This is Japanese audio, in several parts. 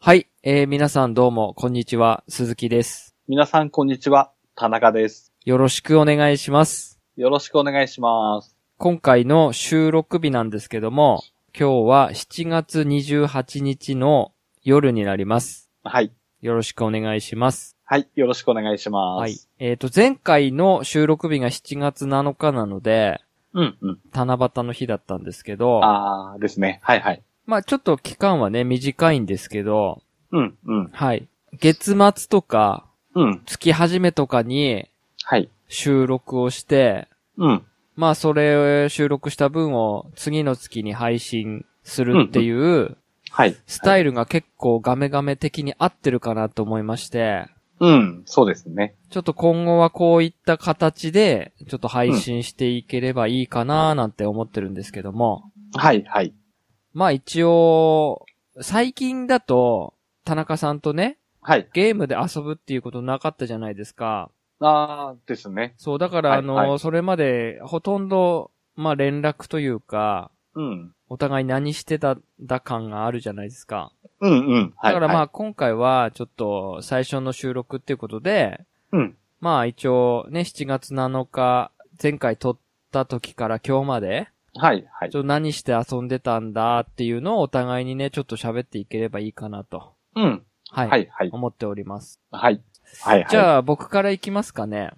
はい、えー皆さんどうも、こんにちは、鈴木です。皆さん、こんにちは。田中です。よろしくお願いします。よろしくお願いします。今回の収録日なんですけども、今日は7月28日の夜になります。はい。よろしくお願いします。はい。よろしくお願いします。はい。。えっ、と、前回の収録日が7月7日なので、うん、うん。七夕の日だったんですけど、あーですね。はい、はい。まあちょっと期間はね、短いんですけど、うん、うん。はい。月末とか、うん。月始めとかにはい。収録をして、うん。まあそれを収録した分を次の月に配信するっていうはい。スタイルが結構ガメガメ的に合ってるかなと思いまして、うん。そうですね。ちょっと今後はこういった形でちょっと配信していければいいかななんて思ってるんですけども、はい、はい。まあ一応、最近だと田中さんとね、はい。ゲームで遊ぶっていうことなかったじゃないですか。あーですね。そう、だからはいあの、はそれまでほとんど、まあ連絡というか、うん。お互い何してたんだ感があるじゃないですか。うん、うん。はだい。からまはあい、今回はちょっと最初の収録っていうことで、うん。まあ一応ね、7月7日、前回撮った時から今日まで、はい、はいち。ょっと何して遊んでたんだっていうのをお互いにね、ちょっと喋っていければいいかなと。うん。はい。はい、はい。思っております。はい。はい、はい。じゃあ僕からいきますかね。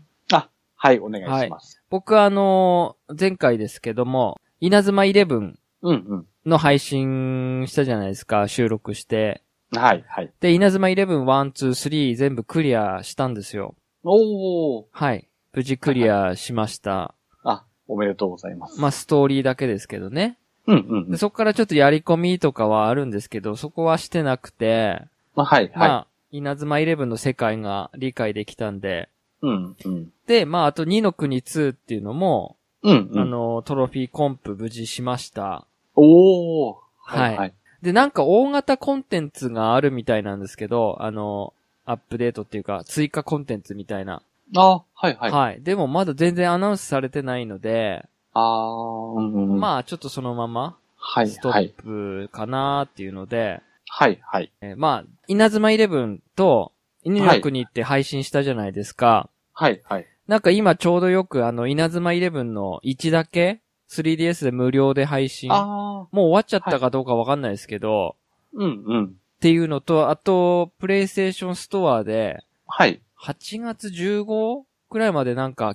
はい、お願いします。僕はあのー前回ですけども、稲妻イレブンうん、の配信したじゃないですか、収録して。うん。はい、はい。で、稲妻11、1,2,3全部クリアしたんですよ。おー。はい。無事クリアしま した。あ、おめでとうございます。まあ、ストーリーだけですけどね。うん、うんでそこからちょっとやり込みとかはあるんですけど、そこはしてなくて、うん。はい、まあ、は稲妻11の世界が理解できたんで、い。うん、うん。で、まあ、あと2の国2っていうのも、うん、うあん。の、トロフィーコンプ無事しました。おー。はいはい。で、なんか大型コンテンツがあるみたいなんですけど、あの、アップデートっていうか、追加コンテンツみたいな。あ、はいは。はいい、あでもまだ全然アナウンスされてないので、あー、うんうんうん。あ、まあちょっとそのままはいストはいッ。プかなっていうので、はいはい。えーまあ、稲妻イレブンと犬の国って配信したじゃないですか。はいはい。なんか今ちょうどよくあの稲妻イレブンの1だけ 3DS で無料で配信。もあう終わっちゃったかどうかわかんないですけど、ー、うんうん。っていうのと、あと、プレイステーションストアで、はい。 8月 15? くらいまでなんか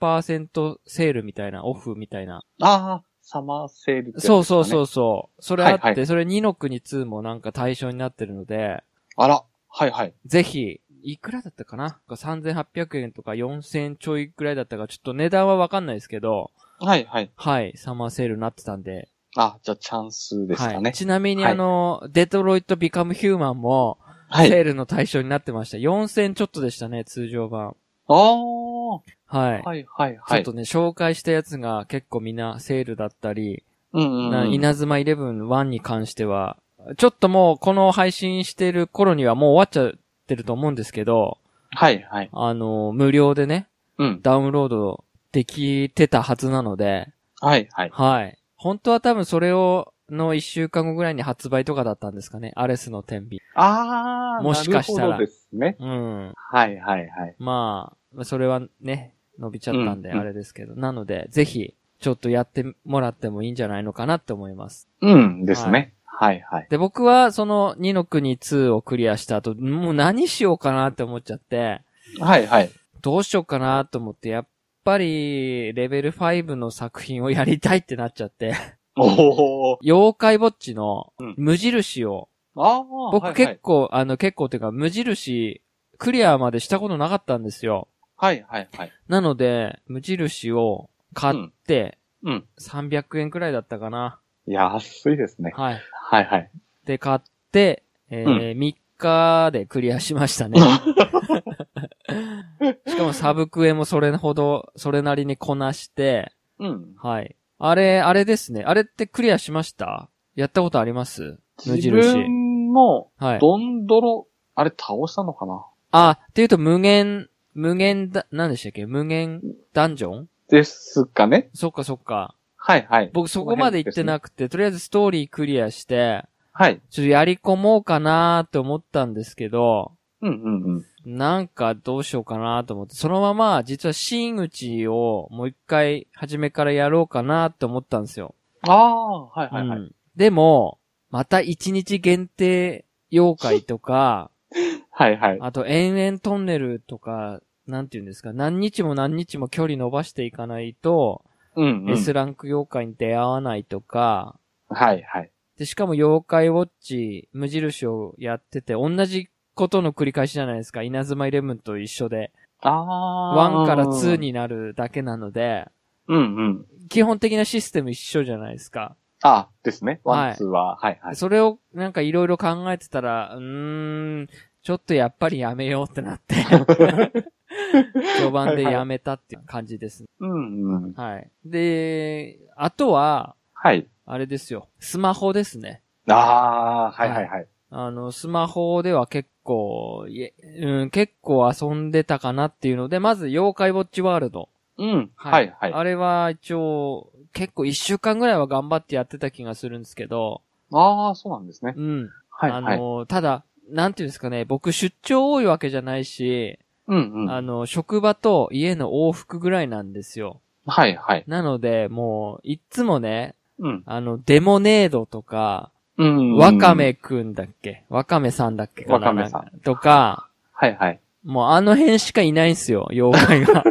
90%セールみたいな、オフみたいな。あー、サマーセールってやつですかそねうそうそうそう。それあって、はいはそれ2の国2もなんか対象になってるので、あら、はいはい。ぜひ、いくらだったかな ?3800 円とか4000円ちょいくらいだったか、ちょっと値段はわかんないですけど、はいはい。はい、サマーセールになってたんで。あ、じゃあチャンスですかはい。ね。ちなみにはいあの、デトロイトビカムヒューマンも、はい。セールの対象になってました。4000ちょっとでしたね、通常版。あー、はい。はいはいちはょっいと。ね、紹介したやつが結構みんなセールだったり、うんうんなうん。稲妻11、1に関しては、ちょっともうこの配信してる頃にはもう終わっちゃってると思うんですけど、はいはい。あの、無料でね、うん。ダウンロードできてたはずなので、はいはい。はい。本当は多分それを、の一週間後ぐらいに発売とかだったんですかね。アレスの天秤。あー、もしかしたらなるほどですね。うん。はいはいはい。まあ、それはね、伸びちゃったんでうんうんあれですけど。なので、ぜひ、ちょっとやってもらってもいいんじゃないのかなって思います。うんですね。はいはい。で、僕はその2の国2をクリアした後、もう何しようかなって思っちゃって、はいはい。どうしようかなと思って、やっぱりレベル5の作品をやりたいってなっちゃって、 おー。妖怪ぼっちのうん無印を、あー、は僕いはい結構、あの結構というか無印クリアまでしたことなかったんですよ。はいはいはい。なので、無印を買って、うん。 300円くらいだったかな。安いですね。はい。は いはい。で、買って、えー3日でクリアしました ね。しかもサブクエもそれほど、それなりにこなして、うん。はい。あれ、あれですね。あれってクリアしましたやったことあります無自印。分も、はい。どんどろ、あれ倒したのかなあ、っていうと無限、無限だ、何でしたっけ無限ダンジョンですかねそっかそっか。はいはい。僕そこまで行ってなくて、とりあえずストーリークリアして、はい。ちょっとやり込もうかなーって思ったんですけど、うんうんうん。なんかどうしようかなと思って、そのまま実は新口をもう一回初めからやろうかなって思ったんですよ。ああ、はいはいはい。うんでも、また一日限定妖怪とか、はいはい。あと延々トンネルとか、なんていうんですか、何日も何日も距離伸ばしていかないと、うん、うん。 S ランク妖怪に出会わないとか、はいはい。で、しかも妖怪ウォッチ、無印をやってて、同じことの繰り返しじゃないですか。稲妻イレブンと一緒で。ああ。 1から2。になるだけなので、うんうん。基本的なシステム一緒じゃないですか。あですね。はワいン、ツーは。はいはい。それをなんかいろいろ考えてたら、うーん、ちょっとやっぱりやめようってなっ て、序盤でやめたっていう感じですね。うんうん。はい。で、あとは、はい。あれですよ、スマホですね。ああ、はいはいはい。あの、スマホでは結構、いえうん、結構遊んでたかなっていうので、まず、妖怪ウォッチワールド。うん。はいはい。ああれは一応、結構一週間ぐらいは頑張ってやってた気がするんですけど、あー、そうなんですね。うん。はいはあい。の、ただ、なんていうんですかね、僕出張多いわけじゃないし、うんうん。あはの、職場と家の往復ぐらいなんですよ。いはい。なので、もう、いっつもね、うん。あの、デモネードとか、うん。ワカ。メくんだっけワカメさんだっけかなワカメさんなんかとか、はいはい。もうあの辺しかいないんすよ、妖怪 が。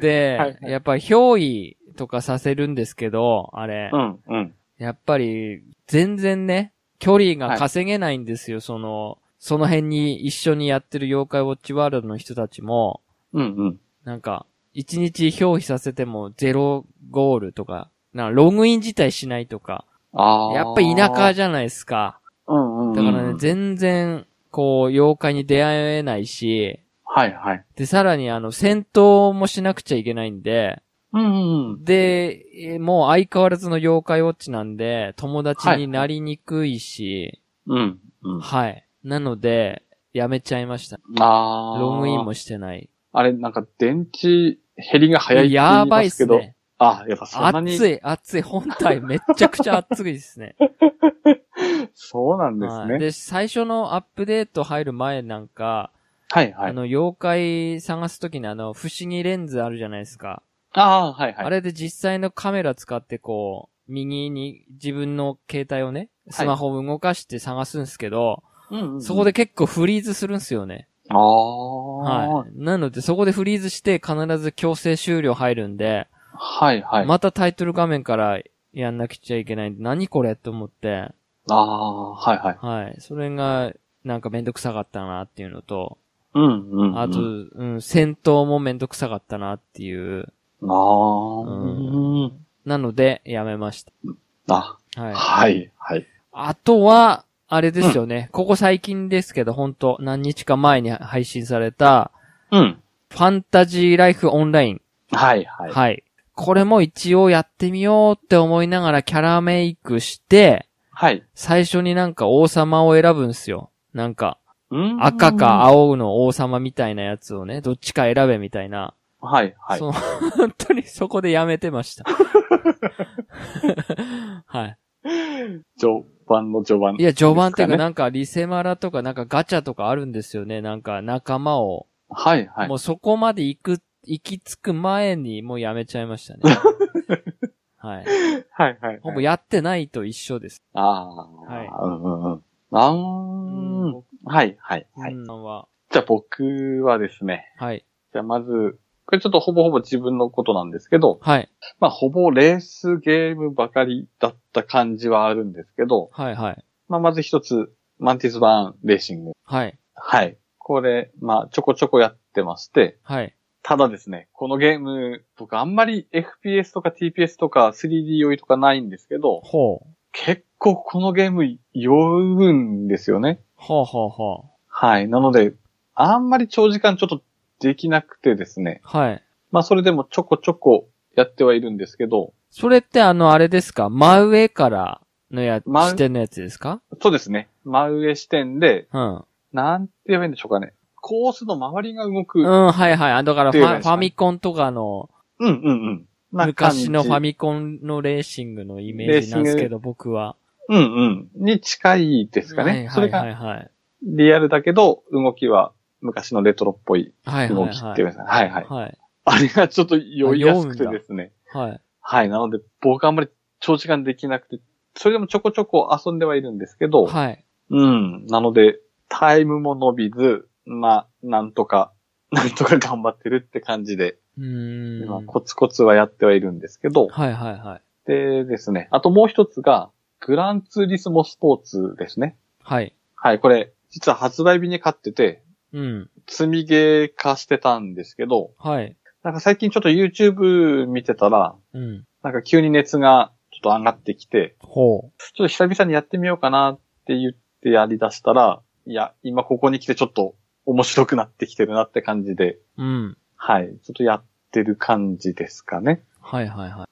で、はいはやっぱ憑依とかさせるんですけど、あれ、うんうん。やっぱり全然ね、距離が稼げないんですよ、その、その辺に一緒にやってる妖怪ウォッチワールドの人たちも、うんうん。なんか、一日表皮させてもゼロゴールとか、なんかログイン自体しないとか、ああ。やっぱ田舎じゃないですか。うんうんうん。だからね、全然、こう、妖怪に出会えないし、はいはい。で、さらにあの、戦闘もしなくちゃいけないんで、うんうんうん。で、えーもう相変わらずの妖怪ウォッチなんで、友達になりにくいし、うんうん。はい。なので、やめちゃいました。ああ。ロングインもしてない。あれ、なんか電池減りが早いって言やいばいまっすけすど。ね。あ、やっぱそんなに。熱い、熱い。本 体めっちゃくちゃ熱いですね。そうなんですはいね。で、最初のアップデート入る前なんか、はいはあい。の、妖怪探すときにあの、不思議レンズあるじゃないですか。ああー、はいはい。あれで実際のカメラ使ってこう、右に自分の携帯をね、スマホを動かして探すんですけど、うんうんうんそこで。結構フリーズするんですよね。ああ。ははい。なのでそこでフリーズして必ず強制終了入るんで、いはい。またタイトル画面からやんなくちゃいけないんで、何これと思って、ああ、はいはい。はい。それが、なんかめんどくさかったなっていうのと、うんうんうん。あと、うん、戦闘もめんどくさかったなっていう、ああ、うん。なので、やめましあ、た。はい。はい、はい。あとは、あれですよね。ここ最近ですけど、ほんと、何日か前に配信された、うん。ファンタジーライフオンライン。はい、ははい。い。これも一応やってみようって思いながらキャラメイクして、はい。最初になんか王様を選ぶんすよ。なんか、うん赤か。青の王様みたいなやつをね、どっちか選べみたいな。はい、はい。そう 本当にそこでやめてました。 はい。序盤の序盤。いや、序盤っていうか、ですねなんか、リセマラとか、なんかガチャとかあるんですよね。なんか、仲間を。はい、はいも。うそこまで行く、行き着く前に、もうやめちゃいました ね。はい。はい、はい。ほぼやってないと一緒です。ああ。はいうん、うん、うん。あうんーん。はい、はい、はい。うんは、じゃあ僕はですね。はい。じゃあまず、これちょっとほぼほぼ自分のことなんですけど、はい。まあほぼレースゲームばかりだった感じはあるんですけど、はい、はい。まあまず一つ、マンティスバーンレーシング。はい。はい。これ、まあ、ちょこちょこやってまして、はい。ただですね、このゲーム、僕あんまり FPS とか TPS とか 3D 酔いとかないんですけど、ほう。結構このゲーム酔うんですよね。ほうほうほはい。なので、あんまり長時間ちょっとできなくてですね。う。はい。まあ、それでもちょこちょこやってはいるんですけど、それって、あの、あれですか真上からのや、真視点のやつですかそうですね。真上視点で、うん。なんて言えばいいんでしょうかね。コースの周りが動く。うん、はいはい。あだからってフいうのァ、ですフかねァミコンとかの、うんうんうん。な感じ。昔のファミコンのレーシングのイメージなんですけど、僕は。うんうん。に近いですかね。はいそはれいはがいはい。リアルだけど、動きは昔のレトロっぽいはい動はきいっはてい。いうんですかね。はいはい。はい。あれがちょっと酔いやすくてですね。はい。はい。なので、僕あんまり長時間できなくて、それでもちょこちょこ遊んではいるんですけど、はい。うん。なので、タイムも伸びず、まあ、なんとか、 なんとか頑張ってるって感じで、うーん。まあはいコツコツはやってはいるんですけど、はいはい。でですね、あともう一つが、グランツーリスモスポーツですね。はい。はい、これ、実は発売日に買ってて、うん。積みゲー化してたんですけど、はい。なんか最近ちょっと YouTube 見てたら、うん。なんか急に熱がちょっと上がってきて、ほう。ちょっと久々にやってみようかなって言ってやり出したら、いや、今ここに来てちょっと面白くなってきてるなって感じで、うん。はい、ちょっとやってる感じですかね。はいはいはい。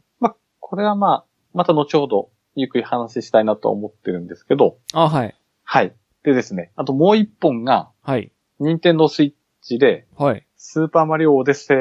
これはまあ、また後ほどゆっくり話したいなとは思ってるんですけど、あ、はい。はい。でですね、あともう一本が、はい。任天堂スイッチで、はい。スーパーマリオオデッセイ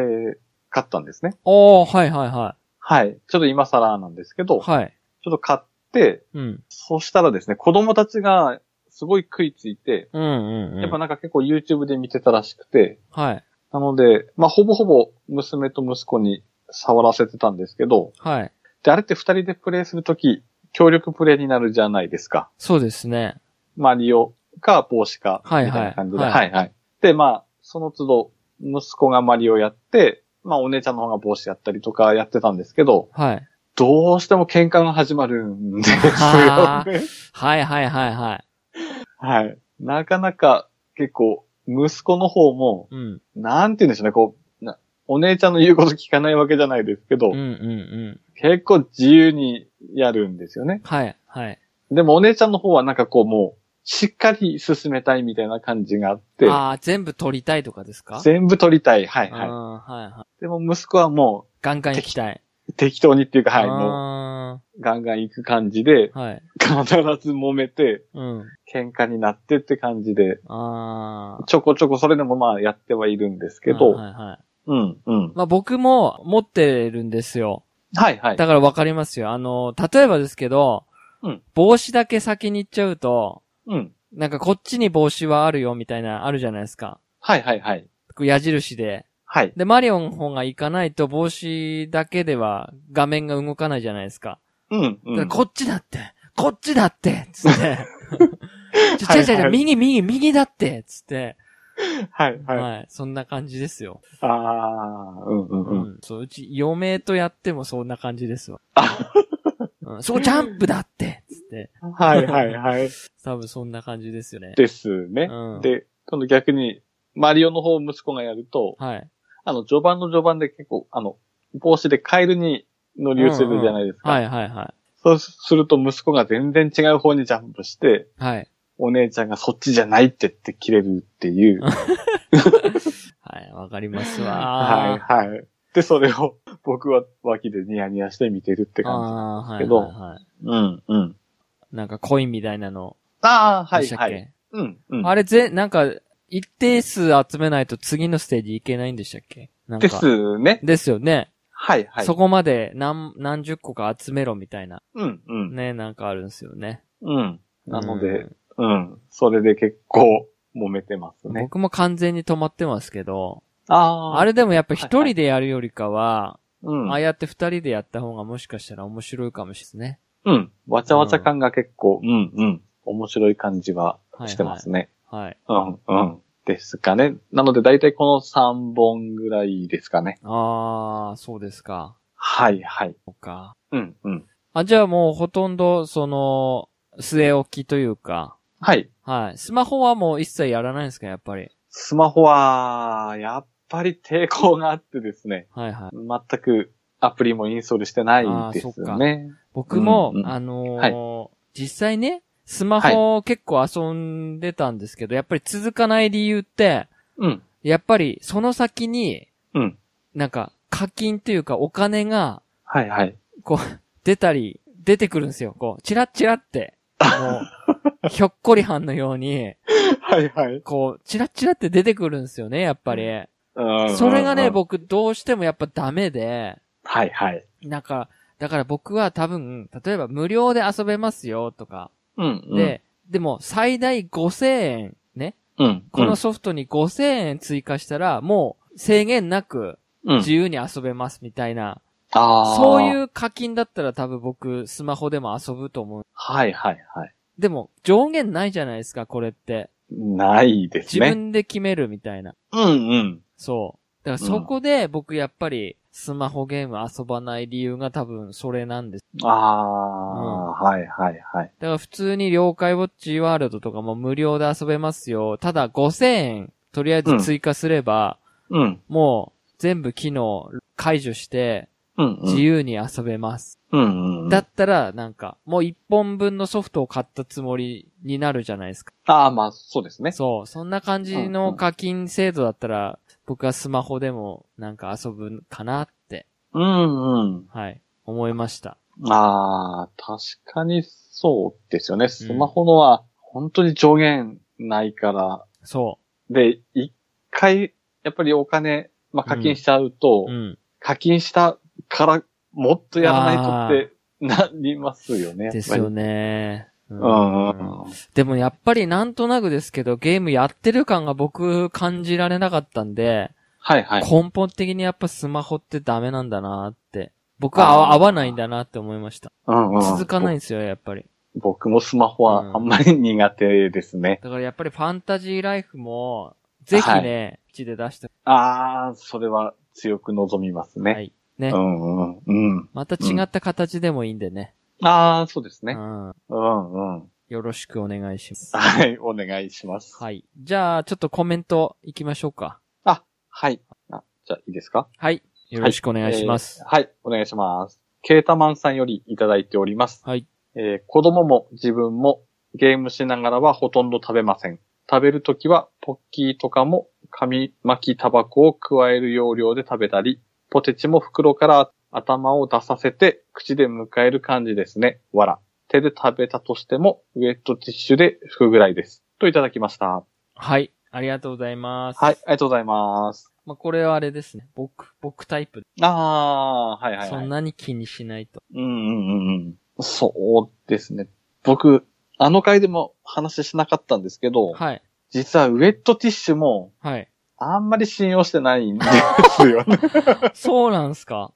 買ったんですね。おー、はいはいははい。ちょっと今更なんですけど、い。はい。ちょっと買って、うん。そしたらですね、子供たちがすごい食いついて、うんうんうん。やっぱなんか結構 YouTube で見てたらしくて、はい。なので、まあほぼほぼ娘と息子に触らせてたんですけど、はい。で、あれって二人でプレイするとき、協力プレイになるじゃないですか。そうですね。マリオか帽子か、みはたいはいいな感じで。ははいいはい。で、まあ、その都度、息子がマリオやって、まあお姉ちゃんの方が帽子やったりとかやってたんですけど、はい。どうしても喧嘩が始まるんですよあ ね。はいはいはいはい。はい。なかなか結構、息子の方も、うん。なんて言うんでしょうね、こう、なお姉ちゃんの言うこと聞かないわけじゃないですけど、うんうんうん。結構自由にやるんですよね。はいはい。でもお姉ちゃんの方はなんかこうもう、しっかり進めたいみたいな感じがあって、ああ、全部取りたいとかですか全部取りたい。はいあーは。はいはいでも息子はもい。ガンガン行きたい。う適当にっていうか、はい、あもうガンガン行く感じで、 ーはい。必ず揉めて、うん。喧嘩になってって感じで、ああ。ちょこちょこそれでもまあやってはいるんですけど、はいはいはい。うん、うん。まあ僕も持ってるんですよ。はいはい。だからわかりますよ。あの、例えばですけど、うん帽子だけ先に行っちゃうと、うん。なんかこっちに帽子はあるよみたいな、あるじゃないですか。はいはいはい。こう矢印で。はい。で、マリオの方が行かないと帽子だけでは画面が動かないじゃないですか。うん、だうからん。こっちだってこっちだってつ って。ちょ、はいちはゃいちゃちゃ、右、右、右だってつって。はいはい。はい。そんな感じですよ。ああ、うんうんう うん。ん。そう、うち、嫁とやってもそんな感じですわ。 うん、そう、ジャンプだってつって。はいはいはい。多分そんな感じですよね。ですね。うんで、今度逆に、マリオの方息子がやると、はい。あの、序盤の序盤で結構、あの、帽子でカエルに乗り移るじゃないですか。はいはいはそうすると息子が全然違う方にジャンプして、い。はい。お姉ちゃんがそっちじゃないって言って切れるって いう。ははい、わかりますわ。いはい。で、それを僕は脇でニヤニヤして見てるって感あーじはけいどはいはい。じ。うんうん。なんかコインみたいなの。ああ、はでいしたっはけい。うんうん。あれぜ、なんか、一定数集めないと次のステージいけないんでしたっけなんか。で。すね。ですよね。はいはい。そこまで何、何十個か集めろみたいな。うんうん。ね、なんかあるんですよね。うん。なのうで、んうん。それで結構揉めてますね。僕も完全に止まってますけど、ああ。あれでもやっぱ一はいは人でやるよりかは、うん。ああやって二人でやった方がもしかしたら面白いかもしれないですね。うん。わちゃわちゃ感が結構、うん、うん。面白い感じははいしてますね。はい。うん、うん。ですかね。なので大体この3本ぐらいですかね。ああ、そうですか。はい、はい。そうか。うん、うん。あ、じゃあもうほとんど、その、据え置きというか、はい。はい。スマホはもう一切やらないんですか、やっぱり。スマホは、やっぱり抵抗があってですね。はいはい。全くアプリもインストールしてないですね。僕も、うんうんあのー実際ね、スマホ結構遊んでたんですけど、やっぱり続かない理由って、うん、やっぱりその先に、うん。なんか課金というかお金がはい、はい。出たり、出てくるんですよ。こう、チラッチラって、も う、ひょっこりはんのように、はい、はい。こう、チラッチラって出てくるんですよね、やっぱり。うんそれがね、うん僕どうしてもやっぱダメで、はいはい。なんか、だから僕は多分、例えば無料で遊べますよとか、うん、うん。、で、でも最大5000円ね、うん。このソフトに5000円追加したら、もう制限なくうん、自由に遊べますみたいな、ああ。そうう。いう課金だったら多分僕スマホでも遊ぶと思う。はいはいはい。でも上限ないじゃないですか、これって。ないです自ね。分で決めるみたいな。うんうん。そう。だからそこで僕やっぱりスマホゲーム遊ばない理由が多分それなんです。ああ、はいはいはい。だから普通に了解ウォッチワールドとかも無料で遊べますよ。ただ5000円とりあえず追加すれば、うん。もう全部機能解除してうん、う自ん。由に遊べます。うん、うん。だったらなんかもう1本分のソフトを買ったつもりになるじゃないですか。ああ、まあ、そうですね。そう。そんな感じの課金制度だったら僕はスマホでもなんか遊ぶかなって、うん、うん。はい、思いました。ああ、確かにそうですよね。スマホのは、本当に上限ないから、そで、一回、やっぱりお金、まあ、課金しちゃうと、う。うん。課金したから、もっとやらないとって、なりますよね。ですよね。うやっぱり。うんうんうん。でもやっぱりなんとなくですけど、ゲームやってる感が僕感じられなかったんで、はいはい。根本的にやっぱスマホってダメなんだなって。僕は合わあー合わないんだなって思いました。うんうん続かないんぼですよ、やっぱり。僕もスマうホんはあんまり苦手ですね。だからやっぱりファンタジーライフも、ぜひね、うちで出して、ああ、それは強く望みますはね。い。ねう。んうん。うん。また違った形でもいいんでね。ああ、そうですうね。ん。うんうん。よろしくお願いします。はい、お願いします。はい。じゃあ、ちょっとコメント行きましょうか。はい。あ、じゃあいいですかはい。よろしくおお願いします。はい、お願いします。ケータマンさんよりいただいております。はい。えー子供も自分もゲームしながらはほとんど食べません。食べるときはポッキーとかも紙巻きタバコを加える要領で食べたり、ポテチも袋から頭を出させて口で迎える感じですね。わら。手で食べたとしてもウェットティッシュで拭くぐらいです。といただきました。はい。ありがとうございます。はい、ありがとうございます。まあ、これはあれですね。僕、僕タイプ。あー、はいはい、はい。そんなに気にしないと。うんうんうんうん。そうですね。僕、あの回でも話しなかったんですけど、はい。実はウェットティッシュもはい。 あんまり信用してないんですよね。そうなんすか。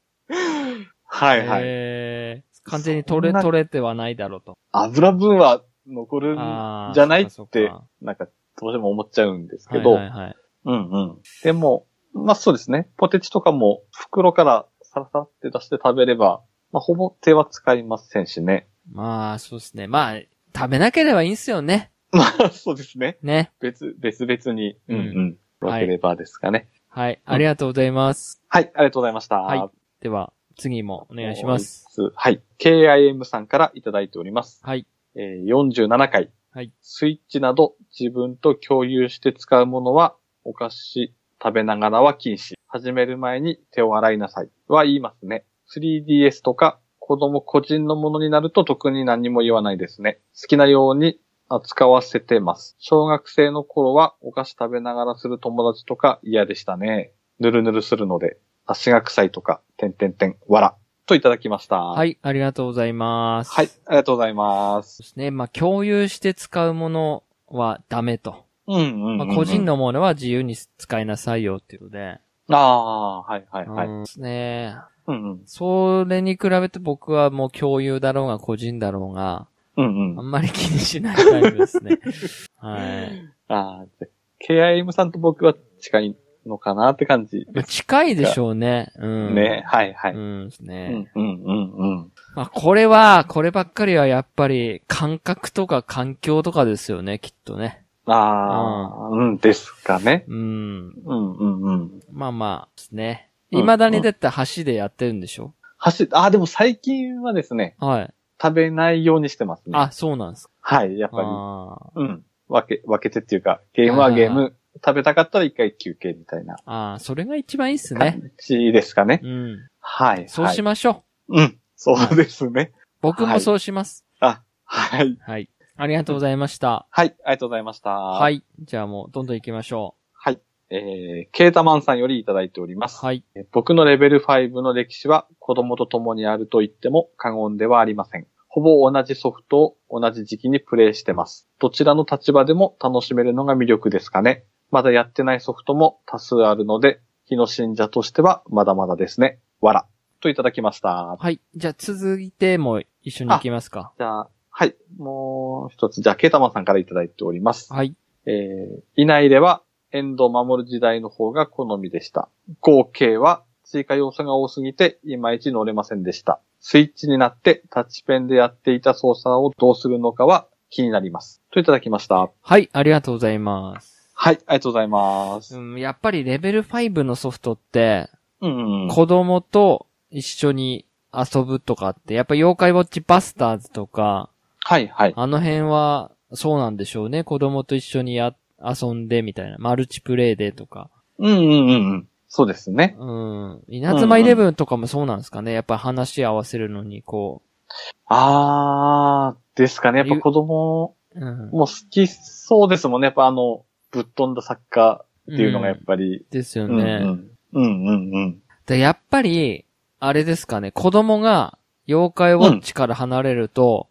はいはい。えー、完全に取それ、んな取れてはないだろうと。 油分は残るんあーじゃないっそかそてか、なんかどうしても思っちゃうんですけど、はいはいはい。うんうん。でも、まあそうですね。ポテチとかも袋からサラサラって出して食べれば、まあほぼ手は使いませんしね。 まあ、そうですね。まあ、食べなければいいんすよね。まあそうですね。ね。別、別々に、ううんんうん。分はいければですかね。はい。ありがとうございます。はい、ありがとうございました。はいでは、次もおお願いします。。はい。KIM さんからいただいております。はい。えー47回。はいスイッチなど自分と共有して使うものはお菓子食べながらは禁止。始める前に手を洗いなさい。は言いますね。3DS とか子供個人のものになると特に何も言わないですね。好きなように扱わせてます。小学生の頃はお菓子食べながらする友達とか嫌でしたね。ぬるぬるするので、足が臭いとか、てんてんてん、わら。といただきました。はい。ありがとうございます。はい、ありがとうございまそうす。ですね。まあ、共有して使うものはダメと。うんうんうんうん、まあ、個人のものは自由に使いなさいよっていうので。ああー、はいはいはい。うんですね。うんうん。それに比べて僕はもう共有だろうが個人だろうが、うんあうん。んまり気にしないタイプです ね。はい。ああ、KIM さんと僕は近いのかなって感じまあです近いでしょうね。うん。ね。はいはうい。んですうね。んうんうんうん。まあこれは、こればっかりはやっぱり感覚とか環境とかですよね、きっとね。ああ、うんですかね。うん。うんうんうん。まあまあですね。うん未だにだって橋でやってるんでしょ、走っああ、でも最近はですね、はい。食べないようにしてますね。あ、そうなんですか。はい、やっぱあーり。うん。分け、分けてっていうか、ゲームはゲーム、食べたかったら一回休憩みたいなあー、それが一番いいっすね。感じですかね。うん。はい。そうしましょう。はいうん。そうですね。僕もそうします。あ、はい。はい。ありがとうございました。はい、ありがとうございました。はい。じゃあもう、どんどん行きましょはい。えー、ケータマンさんよりいただいております。はい。えー僕のレベル5の歴史は子供と共にあると言っても過言ではありません。ほぼ同じソフトを同じ時期にプレイしてます。どちらの立場でも楽しめるのが魅力ですかね。まだやってないソフトも多数あるので、日の信者としてはまだまだですね。わら。といただきました。はい。じゃあ続いても一緒に行きますか。じゃあ、はい。もう一つ、じゃあ、ケータマンさんからいただいております。はい。えー、いないれは、遠藤守る時代の方が好みでした。合計は、追加要素が多すぎて、いまいち乗れませんでした。スイッチになって、タッチペンでやっていた操作をどうするのかは気になります。といただきました。はい、ありがとうございます。はい、ありがとうございます。うん、やっぱりレベル5のソフトって、うん。子供と一緒に遊ぶとかって、やっぱ妖怪ウォッチバスターズとか、はい、はい。あの辺はそうなんでしょうね。子供と一緒にや、遊んでみたいな。マルチプレイでとか。うん、うん、うんうん。そうですね。うん。稲妻イレブンとかもそうなんですかね。やっぱ話合わせるのに、こあー、ですかね。やっぱ子供う。うん。も好きそうですもんね。やっぱあの、ぶっ飛んだ作家っていうのがやっんぱり。ですようね。ん、うん。うん、うん、うん。で、やっぱり、あれですかね、子供が妖怪ウォッチから離れると、うん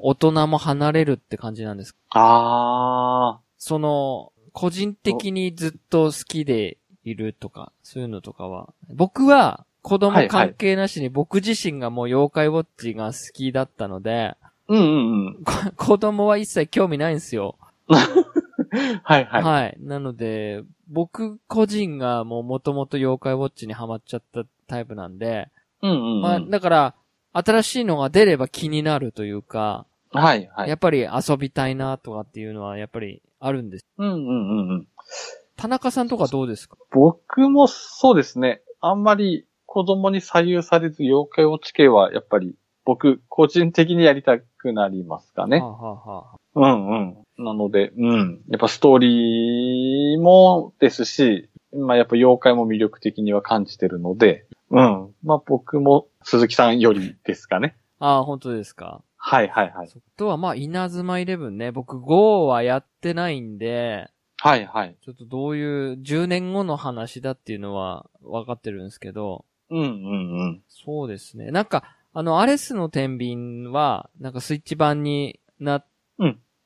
大人も離れるって感じなんです。あその、個人的にずっと好きでいるとか、そういうのとかは。僕は、子供関係なしに僕自身がもう妖怪ウォッチが好きだったので、ー。うんうんうん。こ子供は一切興味ないんですよ。はいはい。はい。なので、僕個人がもう元々妖怪ウォッチにハマっちゃったタイプなんで、うんうんうん。まあ、だから、新しいのが出れば気になるというか、はいはい。やっぱり遊びたいなとかっていうのはやっぱりあるんです。うんうんうんうん。田中さんとかどうですか僕もそうですね。あんまり子供に左右されず妖怪ウォッチ系はやっぱり僕個人的にやりたくなりますかねは。あはあはあうんうん。なので、うん。やっぱストーリーもですし、まあやっぱ妖怪も魅力的には感じてるので、うん。まあ僕も鈴木さんよりですかね。ああ、本当ですか。はいはいはい。そとは、まあ、稲妻イレブンね。僕、5はやってないんで、はいはい。ちょっとどういう、10年後の話だっていうのは分かってるんですけど、うんうんうん。そうですね。なんか、あの、アレスの天秤は、なんかスイッチ版になっ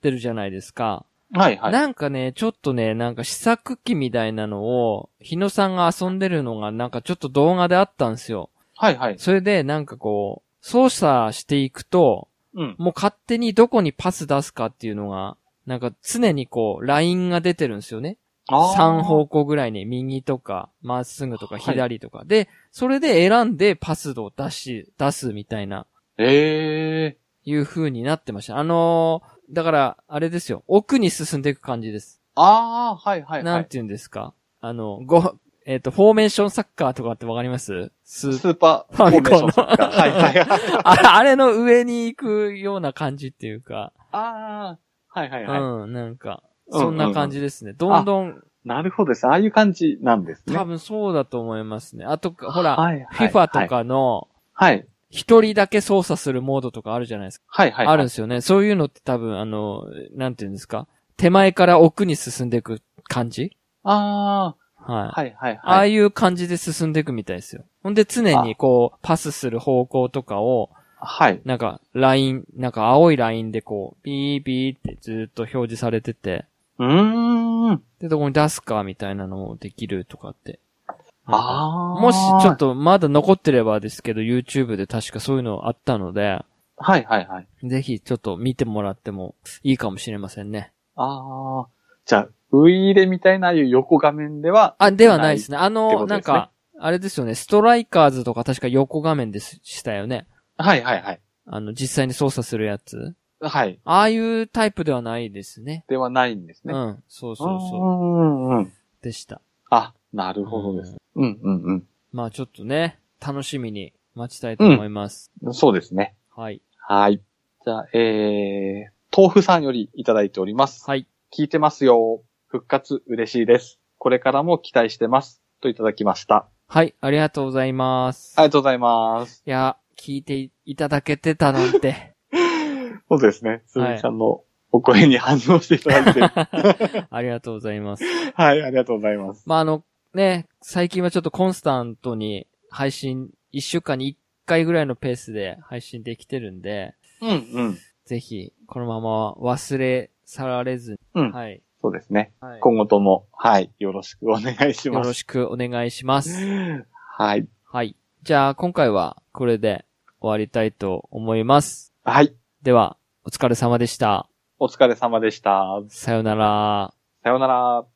てるじゃないですか。はいはい。なんかね、ちょっとね、なんか試作機みたいなのを、日野さんが遊んでるのが、なんかちょっと動画であったんですよ。はいはい。それで、なんかこう、操作していくと、うん。もう勝手にどこにパス出すかっていうのが、なんか常にこう、ラインが出てるんですよね。あー3。方向ぐらいに、右とか、まっすぐとか、はい左とか。で、それで選んでパスを出し、出すみたいな、ええいう風になってました。あのーだから、あれですよ。奥に進んでいく感じです。ああ、はいはいはなんい。て言うんですかあの、ご、えっ、と、フォーメーションサッカーとかってわかりますスースーパーファミコンのフォーメーションサッカーはいはいはい。ああれの上に行くような感じっていうか、ああ、はいはいはい。うん、なんか、うんそんな感じですね。どんどん、なるほどです。ああいう感じなんですね。多分そうだと思いますね。あと、ほら、はいはい FIFA と。かの、はい。一人だけ操作するモードとかあるじゃないですか。はいはい。あるん。ですよね。そういうのって多分、あの、なんて言うんですか手前から奥に進んでいく感じあはいあ、。はいはいああはい。いう感じで進んでいくみたいですよ。ほんで常にこう、パスする方向とかを、はい。なんか、ライン、なんか青いラインでこう、ビービーってずっと表示されてて、うーん。で、どこに出すかみたいなのもできるとかって。なんかああ。もしちょっ。とまだ残ってればですけど、YouTube で確かそういうのあったので、はいはいはい。ぜひちょっと見てもらってもいいかもしれませんね。ああ。じゃあ、ウイイレみたいなああいう横画面では、あ、ではないですね。あってこの、となでんすねか、あれですよね、ストライカーズとか確か横画面ですしたよね。はいはいはい。あの、実際に操作するやつ。はい。ああいうタイプではないですね。ではないんですね。う。うんそうそうそう。うんうん。でした。あ、なるほどです。うんうんうん。まあちょっとね、楽しみに待ちたいと思います。そうですね。はい。はい。じゃあ、えー、豆腐さんよりいただいております。はい。聞いてますよ。復活嬉しいです。これからも期待してます。といただきました。はい、ありがとうございます。ありいがとうございます。 や、聞いていただけてたなんて。そうですね。鈴はい木さんのお声に反応していただいて。ありがとうございます。 はい、ありがとうございます。まあ、あの、ね、最近はちょっとコンスタントに配信、一週間に一回ぐらいのペースで配信できてるんで、うん、うん。ぜひ、このまま忘れ去られずに、うんはい。そうですね。はい今後とも、はい、よろしくお願いしよまろす。しくお願いします。はい。はい。じゃあ、今回はこれで終わりたいと思います。はい。では、お疲れ様でした。お疲れ様でした。さよなら。さようなら。